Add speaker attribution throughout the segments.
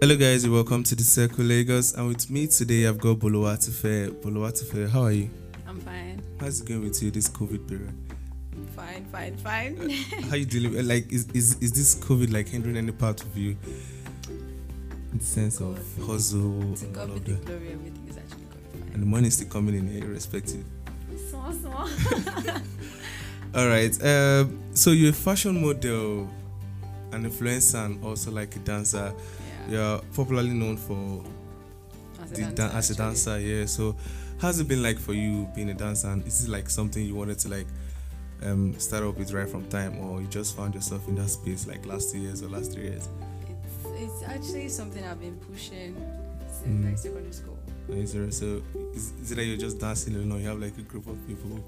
Speaker 1: Hello, guys, and welcome to the Circle Lagos. And with me today, I've got Bolowa Tefe. Bolowa Tefe, how are you?
Speaker 2: I'm fine,
Speaker 1: How's it going with you this COVID period?
Speaker 2: fine, fine, fine.
Speaker 1: How you dealing? with- Like, is, is is this COVID like hindering any part of you? In the sense of hustle,
Speaker 2: to
Speaker 1: and
Speaker 2: God
Speaker 1: all
Speaker 2: be
Speaker 1: of
Speaker 2: the
Speaker 1: that.
Speaker 2: glory, everything is actually going
Speaker 1: and the money is still coming in here, irrespective.
Speaker 2: fine. Small, small.
Speaker 1: All right. Um, so you're a fashion model, an influencer, and also like a dancer.
Speaker 2: Yeah.
Speaker 1: You're popularly known for
Speaker 2: As a
Speaker 1: the
Speaker 2: dancer,
Speaker 1: dan- as a
Speaker 2: actually.
Speaker 1: dancer, yeah. So, how's it been like for you being a dancer? And is it like something you wanted to like um, start up with right from time, or you just found yourself in that space like last two years or last three years?
Speaker 2: It's, it's actually something I've been pushing since
Speaker 1: Mm.
Speaker 2: like secondary school.
Speaker 1: Is there- so, is, is it that you're just dancing alone, or you have like a group of people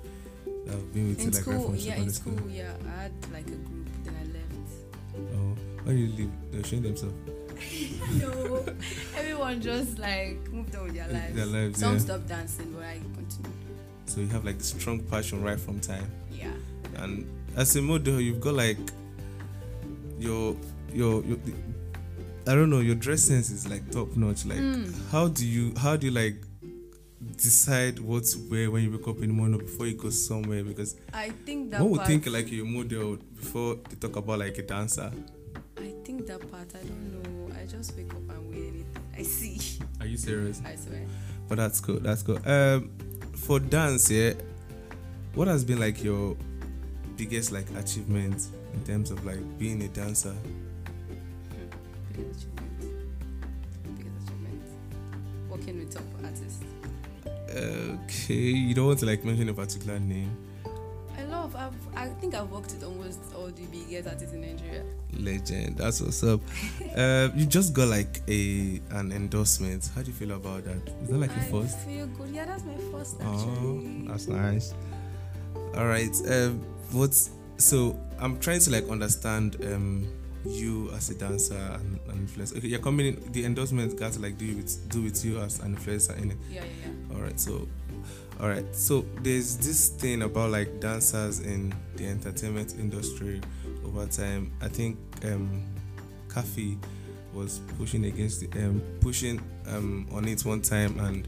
Speaker 1: that have been with
Speaker 2: in
Speaker 1: you like right
Speaker 2: school,
Speaker 1: from
Speaker 2: yeah,
Speaker 1: secondary
Speaker 2: in school, yeah. I had like a group, then I left.
Speaker 1: Oh, why do you leave? They're showing themselves.
Speaker 2: no, everyone just like moved on with their lives.
Speaker 1: Their lives,
Speaker 2: Some
Speaker 1: yeah.
Speaker 2: stopped dancing, but I continued.
Speaker 1: So you have like this strong passion right from time.
Speaker 2: Yeah.
Speaker 1: and as a model you've got like your your, your i don't know your dress sense is like top notch like
Speaker 2: Mm.
Speaker 1: how do you how do you like decide what to wear when you wake up in the morning or before you go somewhere because
Speaker 2: I think that
Speaker 1: one would
Speaker 2: part,
Speaker 1: think like you're a model before they talk about like a dancer
Speaker 2: I think that part, I don't know. I just wake up and wear anything I see.
Speaker 1: are you serious
Speaker 2: I swear.
Speaker 1: but that's cool that's cool um for dance yeah what has been like your biggest like achievement in terms of like being a dancer
Speaker 2: Biggest achievement. Biggest achievement. Working with top artists.
Speaker 1: Okay, you don't want to like mention a particular name.
Speaker 2: I love. I've, I think I've worked with almost all the biggest artists in Nigeria.
Speaker 1: Legend, that's what's up. uh, you just got like a an endorsement. How do you feel about that? Is that like
Speaker 2: I
Speaker 1: a first?
Speaker 2: feel good. Yeah, that's my first
Speaker 1: Oh,
Speaker 2: actually.
Speaker 1: that's nice. All right. Um, what's so? I'm trying to like understand um you as a dancer and, and influencer. Okay, you're coming in. The endorsement got to like do with do with you as an influencer in it.
Speaker 2: yeah, yeah, yeah.
Speaker 1: All right, so, all right, so there's this thing about like dancers in the entertainment industry over time. I think um, Kafi was pushing against it, um, pushing um, on it one time and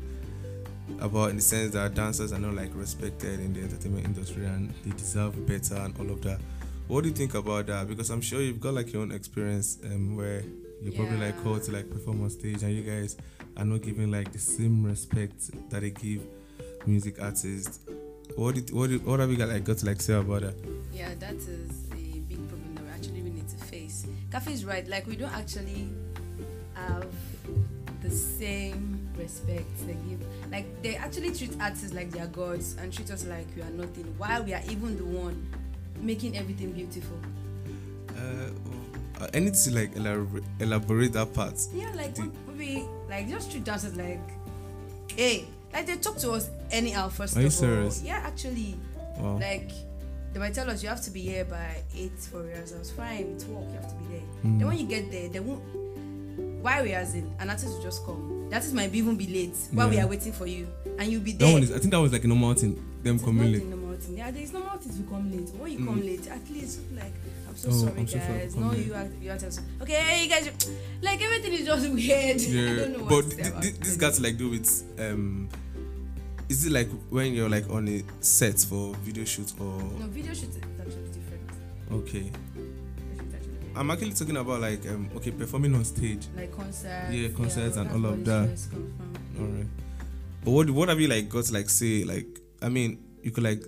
Speaker 1: about in the sense that dancers are not like respected in the entertainment industry and they deserve better and all of that. What do you think about that? Because I'm sure you've got like your own experience um, where you're probably like
Speaker 2: Yeah.
Speaker 1: called to like perform on stage and you guys are not giving like the same respect that they give music artists. What did what did, what have you got like got to like say about that?
Speaker 2: Yeah, that is a big problem that we actually we need to face. Kafi is right. Like we don't actually have the same respect they give. Like they actually treat artists like they are gods and treat us like we are nothing. While we are even the one making everything beautiful.
Speaker 1: Uh, I need to like elaborate, elaborate that part.
Speaker 2: Yeah, like
Speaker 1: Do-
Speaker 2: we, we like just treat dancers like, hey, like they talk to us anyhow. First
Speaker 1: Are you
Speaker 2: of
Speaker 1: serious?
Speaker 2: all, yeah, actually,
Speaker 1: Wow.
Speaker 2: like they might tell us you have to be here by eight for rehearsals. Fine, it's work. You have to be there.
Speaker 1: Mm.
Speaker 2: Then when you get there, they won't. Why rehearsing? An artist will just come. The artist might be even be late while we
Speaker 1: Yeah.
Speaker 2: are waiting for you, and you'll be
Speaker 1: that
Speaker 2: there.
Speaker 1: one is I think that was like a normal thing. Them
Speaker 2: eh. It's not
Speaker 1: coming late.
Speaker 2: in the mountain. Yeah, there's no mountain to come late. When you
Speaker 1: Mm.
Speaker 2: come late, at least like I'm so
Speaker 1: Oh,
Speaker 2: sorry,
Speaker 1: I'm so sorry,
Speaker 2: guys.
Speaker 1: come
Speaker 2: no,
Speaker 1: late.
Speaker 2: you are you are just okay. You guys, like everything is just weird. I
Speaker 1: Yeah,
Speaker 2: don't know what
Speaker 1: but
Speaker 2: to say
Speaker 1: th-
Speaker 2: about
Speaker 1: th- this got to like do with um. Is it like when you're like on a set for video shoot or
Speaker 2: No, video shoot is actually different.
Speaker 1: okay?
Speaker 2: Video shoot is actually different.
Speaker 1: I'm actually talking about like um okay performing on stage.
Speaker 2: like concerts.
Speaker 1: Yeah, concerts and
Speaker 2: that's
Speaker 1: all
Speaker 2: where
Speaker 1: of
Speaker 2: the
Speaker 1: that.
Speaker 2: stress come from.
Speaker 1: All right. But what what have you like got to like say like I mean you could like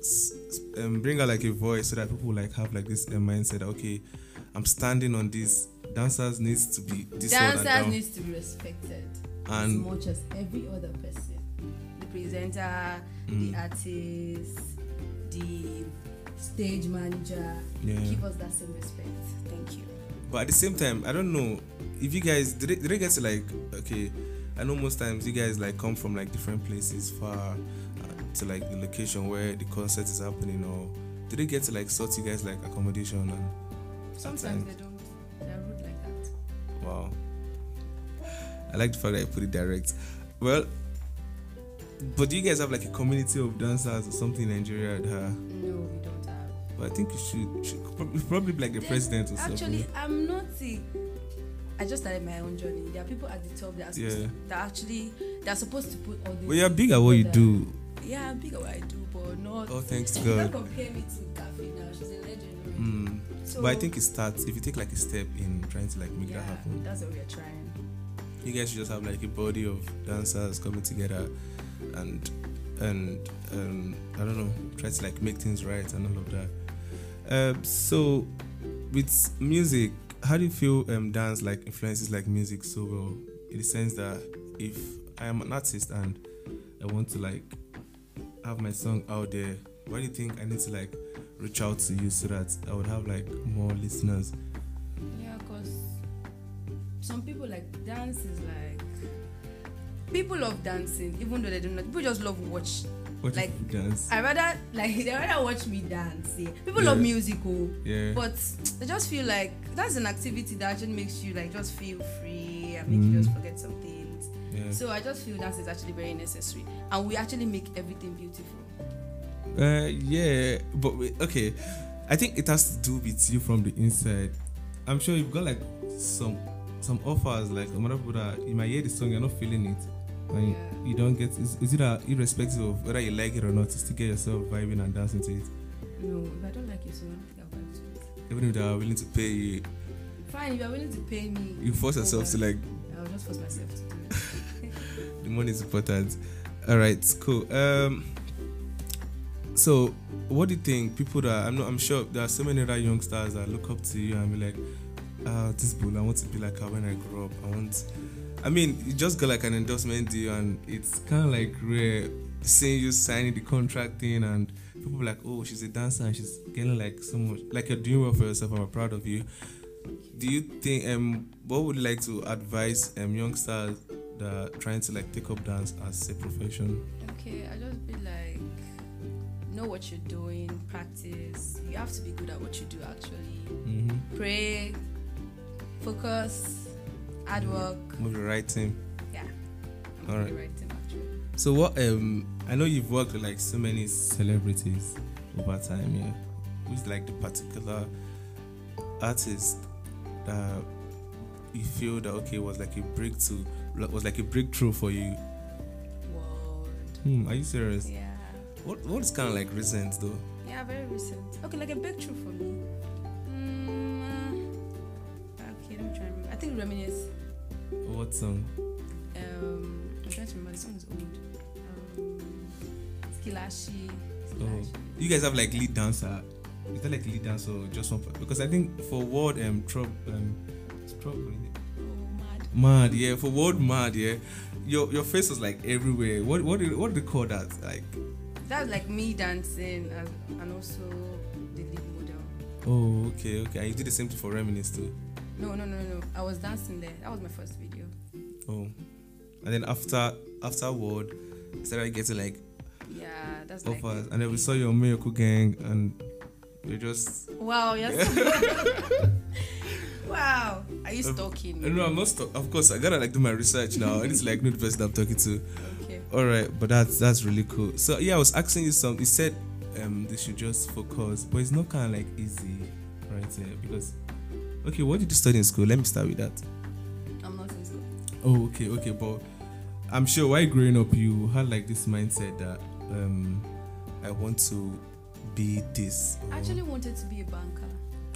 Speaker 1: s- s- um, bring out like a voice so that people like have like this uh, mindset that, okay I'm standing on this dancers needs to be this one and
Speaker 2: Dancers
Speaker 1: down.
Speaker 2: needs to be respected as
Speaker 1: and
Speaker 2: much as every other person. The presenter,
Speaker 1: Mm.
Speaker 2: the artist, the stage manager.
Speaker 1: yeah.
Speaker 2: Give us that same respect. Thank you.
Speaker 1: but at the same time i don't know if you guys did they, did they get to like okay i know most times you guys like come from like different places far uh, to like the location where the concert is happening or did they get to like sort you guys like accommodation and
Speaker 2: Sometimes they don't. They're rude like that.
Speaker 1: wow i like the fact that you put it direct well but do you guys have like a community of dancers or something in nigeria that,
Speaker 2: No, we don't have.
Speaker 1: but i think you should, should probably, probably be like the
Speaker 2: Then,
Speaker 1: president or something
Speaker 2: Actually, I'm not a. I just started my own journey. There are people at the top that are, supposed
Speaker 1: Yeah.
Speaker 2: that actually they're supposed to put all this.
Speaker 1: But you're big at what you
Speaker 2: together.
Speaker 1: do.
Speaker 2: Yeah, I'm big at what I do, but not.
Speaker 1: Oh, thanks
Speaker 2: you can't
Speaker 1: God.
Speaker 2: compare me to Cafe now. She's a legend. already.
Speaker 1: Mm.
Speaker 2: So,
Speaker 1: But I think it starts if you take like a step in trying to like make
Speaker 2: yeah,
Speaker 1: that happen.
Speaker 2: That's what we are trying.
Speaker 1: You guys should just have like a body of dancers coming together, and and um, I don't know, try to like make things right and all of that. Um, so with music, how do you feel um, dance like influences like music so well? In the sense that if I am an artist and I want to like have my song out there, why do you think I need to like reach out to you so that I would have like more listeners?
Speaker 2: Yeah, because some people like dance is like people love dancing, even though they do not. People just love watch.
Speaker 1: What
Speaker 2: Like,
Speaker 1: if you dance?
Speaker 2: I rather like they rather watch me dance. Yeah. People love
Speaker 1: Yeah.
Speaker 2: music, oh,
Speaker 1: yeah.
Speaker 2: but they just feel like that's an activity that actually makes you like just feel free and make you just
Speaker 1: Mm.
Speaker 2: forget some things.
Speaker 1: yeah.
Speaker 2: So I just feel dance is actually very necessary, and we actually make everything beautiful.
Speaker 1: Uh, yeah, but wait, okay. I think it has to do with you from the inside. I'm sure you've got like some some offers, like some other people that you might hear the song, you're not feeling it, and
Speaker 2: Yeah.
Speaker 1: you don't get. Is, is it that irrespective of whether you like it or not, you still get yourself vibing and dancing to it,
Speaker 2: No, if I don't like your song, I don't think I'll dance to it.
Speaker 1: even if they are willing to pay you.
Speaker 2: Fine, if you're willing to pay me,
Speaker 1: You force yourself to like
Speaker 2: I'll just force myself to do it.
Speaker 1: the money is important. All right, cool. Um, so what do you think? People that I'm not, I'm sure there are so many other youngsters that look up to you and be like, ah, this bull, I want to be like her when I grow up. I want. I mean, you just got like an endorsement deal, and it's kind of like rare seeing you signing the contract thing, and people be like, oh, she's a dancer, and she's getting like so much. Like you're doing well for yourself. I'm proud of you. Do you think? Um, what would you like to advise um youngsters that are trying to like take up dance as a profession?
Speaker 2: Okay, I just be like, know what you're doing, practice. You have to be good at what you do, actually.
Speaker 1: Mm-hmm.
Speaker 2: Pray, focus, hard work.
Speaker 1: Move the right team.
Speaker 2: Yeah. I'm
Speaker 1: All
Speaker 2: on
Speaker 1: right.
Speaker 2: the right team, actually.
Speaker 1: So what um I know you've worked with like so many celebrities over time, yeah. Who's like the particular artist that you feel that okay was like a breakthrough was like a breakthrough for you?
Speaker 2: World.
Speaker 1: Hmm, are you serious?
Speaker 2: Yeah.
Speaker 1: What what's kind of like recent though?
Speaker 2: Yeah, very recent. Okay, like a breakthrough for me. Mm, uh, okay, let me try and remember. I think Reminisce.
Speaker 1: What song?
Speaker 2: Um, I'm trying to remember. The song is old. Um, Skilashi. Skilashi.
Speaker 1: You guys have like lead dancer. Is that like lead dancer or just one? per- Because I think for World um Trop um it's Trop, isn't it?
Speaker 2: oh mad.
Speaker 1: Mad, yeah. For world mad, yeah. Your your face was like everywhere. What what did, what do they call that? Like
Speaker 2: That's like me dancing as, and also the lead model.
Speaker 1: oh okay okay. And you did the same thing for Reminisce too.
Speaker 2: No, no, no, no. I was dancing there. That was my first video.
Speaker 1: Oh, and then after after world, you started getting like
Speaker 2: Yeah, that's like.
Speaker 1: offers, and then we saw your miracle gang, and you just
Speaker 2: Wow, yes. wow. Are you
Speaker 1: Um,
Speaker 2: stalking me?
Speaker 1: no. I'm not stuck. Of course, I gotta like do my research now. and it's like not the person I'm talking to.
Speaker 2: Okay.
Speaker 1: All right, but that's that's really cool. So yeah, I was asking you some. You said um they should just focus, but it's not kind of like easy, right? There because okay, what did you study in school? Let me start with that.
Speaker 2: I'm not in school.
Speaker 1: Oh, okay, okay, but I'm sure while growing up, you had like this mindset that um I want to be this. or-
Speaker 2: I actually wanted to be a banker.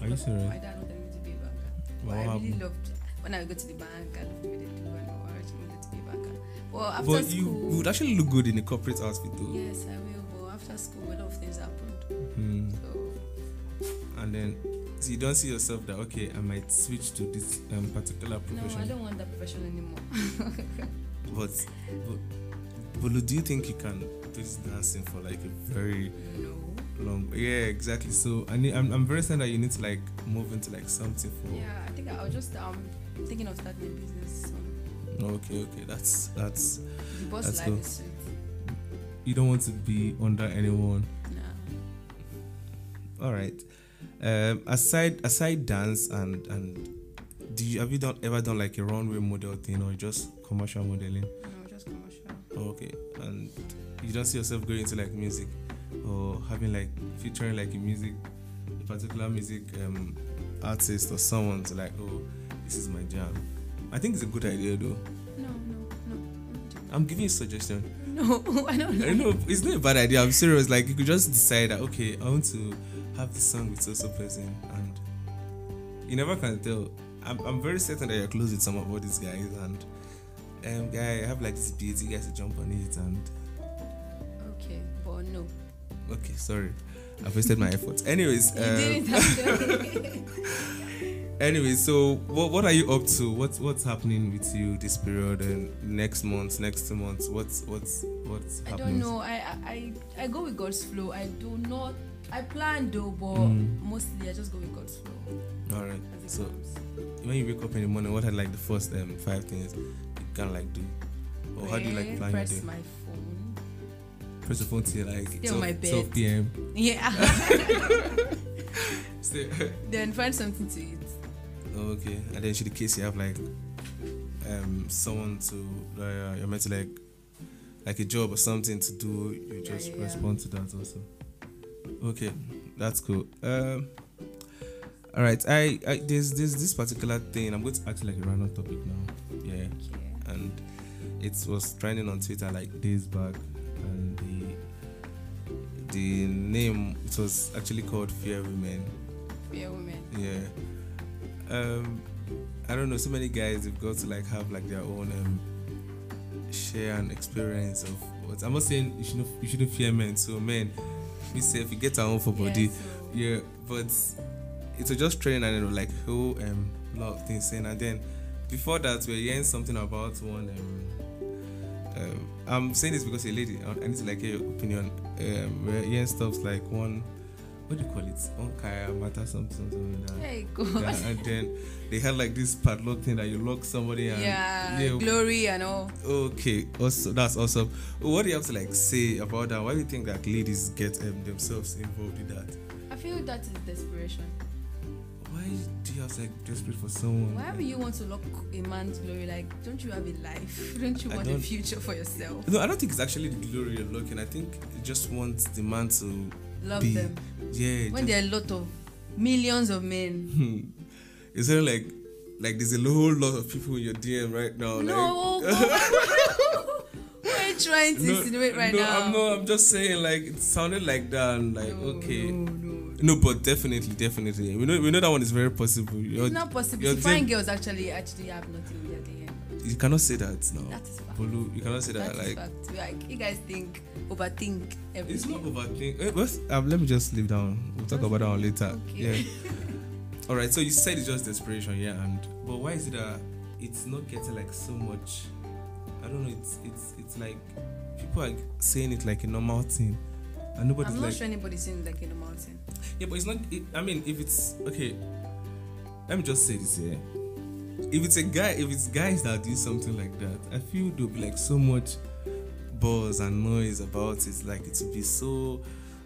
Speaker 1: are you
Speaker 2: But
Speaker 1: serious?
Speaker 2: My dad wanted me to be a banker.
Speaker 1: Wow,
Speaker 2: But I really
Speaker 1: happened?
Speaker 2: loved when I would go to the bank. I loved the way they do and all. I actually wanted to be a banker. Well, after
Speaker 1: but you
Speaker 2: school.
Speaker 1: would actually look good in a corporate outfit though.
Speaker 2: Yes, I will. But after school, a lot of things happened.
Speaker 1: Hmm.
Speaker 2: So.
Speaker 1: And then so you don't see yourself that okay, I might switch to this um, particular
Speaker 2: No,
Speaker 1: profession.
Speaker 2: I don't want that profession anymore.
Speaker 1: But, but, Bolo, do you think you can do this dancing for like a very
Speaker 2: no.
Speaker 1: long? Yeah, exactly. So I need, I'm, I'm very certain that you need to like move into like something for.
Speaker 2: Yeah, I think I'll just um thinking of starting a business. soon.
Speaker 1: Okay, okay. That's that's.
Speaker 2: the boss
Speaker 1: Let's
Speaker 2: life
Speaker 1: go.
Speaker 2: is sweet.
Speaker 1: You don't want to be under anyone.
Speaker 2: Nah.
Speaker 1: All right. Um, aside aside dance and and do you have you done ever done like a runway model thing or just commercial modeling?
Speaker 2: No, just commercial.
Speaker 1: Okay, and you don't see yourself going into like music or having like featuring like a music, a particular music um, artist or someone to like, oh, this is my jam. I think it's a good idea though.
Speaker 2: No, no, no.
Speaker 1: I'm giving you a suggestion.
Speaker 2: No, I don't
Speaker 1: I
Speaker 2: like
Speaker 1: know it's not a bad idea. I'm serious. Like you could just decide that okay, I want to have this song with so so person, and you never can tell. I'm, I'm very certain that you're close with some of all these guys, and um, guy, I have like this beat. You guys will jump on it, and
Speaker 2: Okay, but no.
Speaker 1: okay, sorry, I've wasted my efforts. Anyways,
Speaker 2: You
Speaker 1: um,
Speaker 2: didn't actually.
Speaker 1: Anyway, so what what are you up to? What's what's happening with you this period and next month, next two months? What's what's what's
Speaker 2: I
Speaker 1: happening?
Speaker 2: don't know. I, I I I go with God's flow. I do not. I plan though, but
Speaker 1: Mm.
Speaker 2: mostly I just go with God's flow
Speaker 1: All right.
Speaker 2: as it
Speaker 1: So
Speaker 2: comes.
Speaker 1: when you wake up in the morning, what are like the first um, five things you can like do, or how do you like
Speaker 2: Pray,
Speaker 1: plan your
Speaker 2: press
Speaker 1: day?
Speaker 2: my phone.
Speaker 1: Press your phone till like
Speaker 2: Stay on
Speaker 1: 12,
Speaker 2: my bed.
Speaker 1: 12 p.m.
Speaker 2: Yeah.
Speaker 1: Stay.
Speaker 2: then find something to eat.
Speaker 1: oh, okay, and then should in case you have like um someone to uh, you're meant to like like a job or something to do, you
Speaker 2: Yeah,
Speaker 1: just
Speaker 2: yeah, yeah.
Speaker 1: respond to that also. Okay, that's cool. Um, all right, I, I there's there's this particular thing I'm going to ask like a random topic now. Yeah,
Speaker 2: Okay.
Speaker 1: and it was trending on Twitter like days back, and the the name it was actually called Fear Women.
Speaker 2: Fear women.
Speaker 1: Yeah. Um, I don't know. So many guys have got to like have like their own um, share and experience of what I'm not saying you shouldn't you shouldn't fear men. So men, we say if you get our own for body,
Speaker 2: so-
Speaker 1: yeah. But it was just training and it was like whole um lot of things saying and then before that we were hearing something about one um, um I'm saying this because a lady I I need to like hear your opinion. Um, we were hearing stuff like one what do you call it? One kaya matter something something like that.
Speaker 2: Hey God.
Speaker 1: Yeah, and then they had like this padlock thing that you lock somebody and
Speaker 2: Yeah,
Speaker 1: yeah.
Speaker 2: glory and all.
Speaker 1: okay also that's awesome what do you have to like say about that why do you think that ladies get um, themselves involved in that
Speaker 2: I feel that is desperation.
Speaker 1: why do you have to like desperate for someone
Speaker 2: Why would you want to lock a man's glory? Like, don't you have a life? Don't you
Speaker 1: I
Speaker 2: want a
Speaker 1: don't-
Speaker 2: future for yourself?
Speaker 1: no i don't think it's actually the glory you're looking i think you just want the man to
Speaker 2: Love
Speaker 1: be
Speaker 2: them.
Speaker 1: yeah
Speaker 2: When there are a lot of millions of men.
Speaker 1: just, it's not like like there's a whole lot of people in your dm right now Oh, like
Speaker 2: No, oh, what are you trying to insinuate right
Speaker 1: no,
Speaker 2: now?
Speaker 1: I'm not. I'm just saying, like it sounded like that, and like
Speaker 2: No,
Speaker 1: okay,
Speaker 2: No, no.
Speaker 1: No, but definitely, definitely. We know, we know that one is very possible. You're-
Speaker 2: It's not possible.
Speaker 1: your
Speaker 2: To find
Speaker 1: dream-
Speaker 2: girls actually actually have nothing with their DM.
Speaker 1: You cannot say that now.
Speaker 2: That is fact.
Speaker 1: Bolu, you cannot say
Speaker 2: That
Speaker 1: that.
Speaker 2: is
Speaker 1: Oh, like,
Speaker 2: fact. Like you guys think, overthink everything.
Speaker 1: it's not overthink. Eh, what's- um, let me just leave down. We'll talk about that one later.
Speaker 2: Okay.
Speaker 1: Yeah. All right. So you said it's just desperation, yeah. And but why is it that it's not getting like so much? I don't know. It's it's it's like people are saying it like a normal thing, and nobody's
Speaker 2: I'm not
Speaker 1: like.
Speaker 2: sure anybody's saying like in the mountain.
Speaker 1: Yeah, but it's not. It, I mean, if it's okay, let me just say this here. If it's a guy, if it's guys that do something like that, I feel there'll be like so much buzz and noise about it. Like it will be so.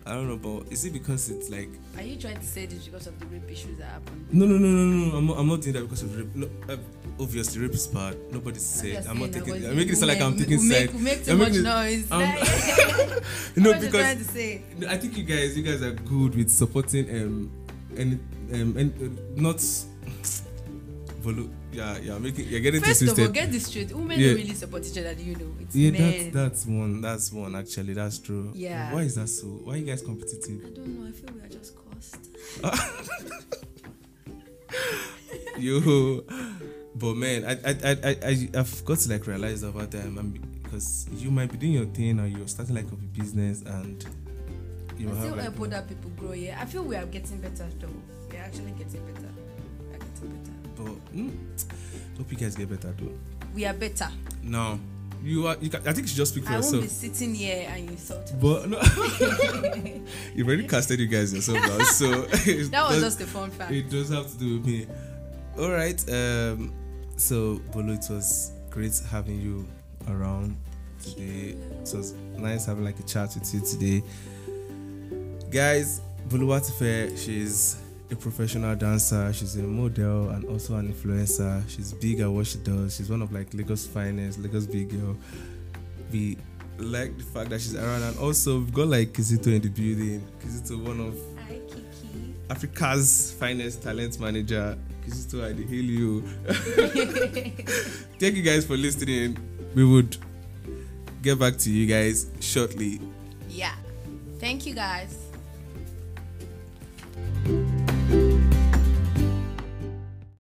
Speaker 1: I don't know, but is it because it's like
Speaker 2: Are you trying to say this because of the rape issues that happened?
Speaker 1: no, no, no, no, no? no I'm not, I'm not doing that because of rape. No, uh, obviously, rape is bad. Nobody's said. I'm not
Speaker 2: oh,
Speaker 1: taking. I'm making it sound like I'm taking
Speaker 2: we make,
Speaker 1: side.
Speaker 2: we make too
Speaker 1: I'm
Speaker 2: much
Speaker 1: making
Speaker 2: noise.
Speaker 1: I'm-
Speaker 2: Like,
Speaker 1: No,
Speaker 2: what you
Speaker 1: because
Speaker 2: trying to say?
Speaker 1: No, I think you guys, you guys are good with supporting um, any um, and uh, not. Volu- yeah, yeah, making you're getting
Speaker 2: First
Speaker 1: twisted.
Speaker 2: of all, get this straight. Women
Speaker 1: Yeah.
Speaker 2: don't really support each other. You know, it's
Speaker 1: yeah,
Speaker 2: men.
Speaker 1: that's that's one. That's one actually. That's true.
Speaker 2: Yeah.
Speaker 1: Why is that so? Why are you guys competitive?
Speaker 2: I don't know. I feel we are just cursed.
Speaker 1: you, but man, I I I I I I've got to like realize over time, and because you might be doing your thing or you're starting like a business and you
Speaker 2: I
Speaker 1: might
Speaker 2: still
Speaker 1: have like
Speaker 2: help other people grow. Yeah, I feel we are getting better though. We are actually getting better. We are getting better.
Speaker 1: but mm, hope you guys get better though.
Speaker 2: We are better.
Speaker 1: No, you are. You can, I think you should just speak for
Speaker 2: I won't
Speaker 1: yourself.
Speaker 2: be sitting here and insult.
Speaker 1: But no, you've already casted you guys yourself now, so it
Speaker 2: That was
Speaker 1: does-
Speaker 2: just a fun fact.
Speaker 1: It does have to do with me. All right. Um. So Bolo, it was great having you around today. It was nice having like a chat with you today, guys. Bolo Watife, she's a professional dancer. She's a model and also an influencer. She's big at what she does. She's one of like Lagos finest, Lagos big girl. We like the fact that she's around, and also we've got like Kizito in the building. Kizito, one of
Speaker 2: Hi, Kiki.
Speaker 1: Africa's finest talent manager. Kizito, I dey hail you. Thank you guys for listening. We would get back to you guys shortly.
Speaker 2: yeah. Thank you guys.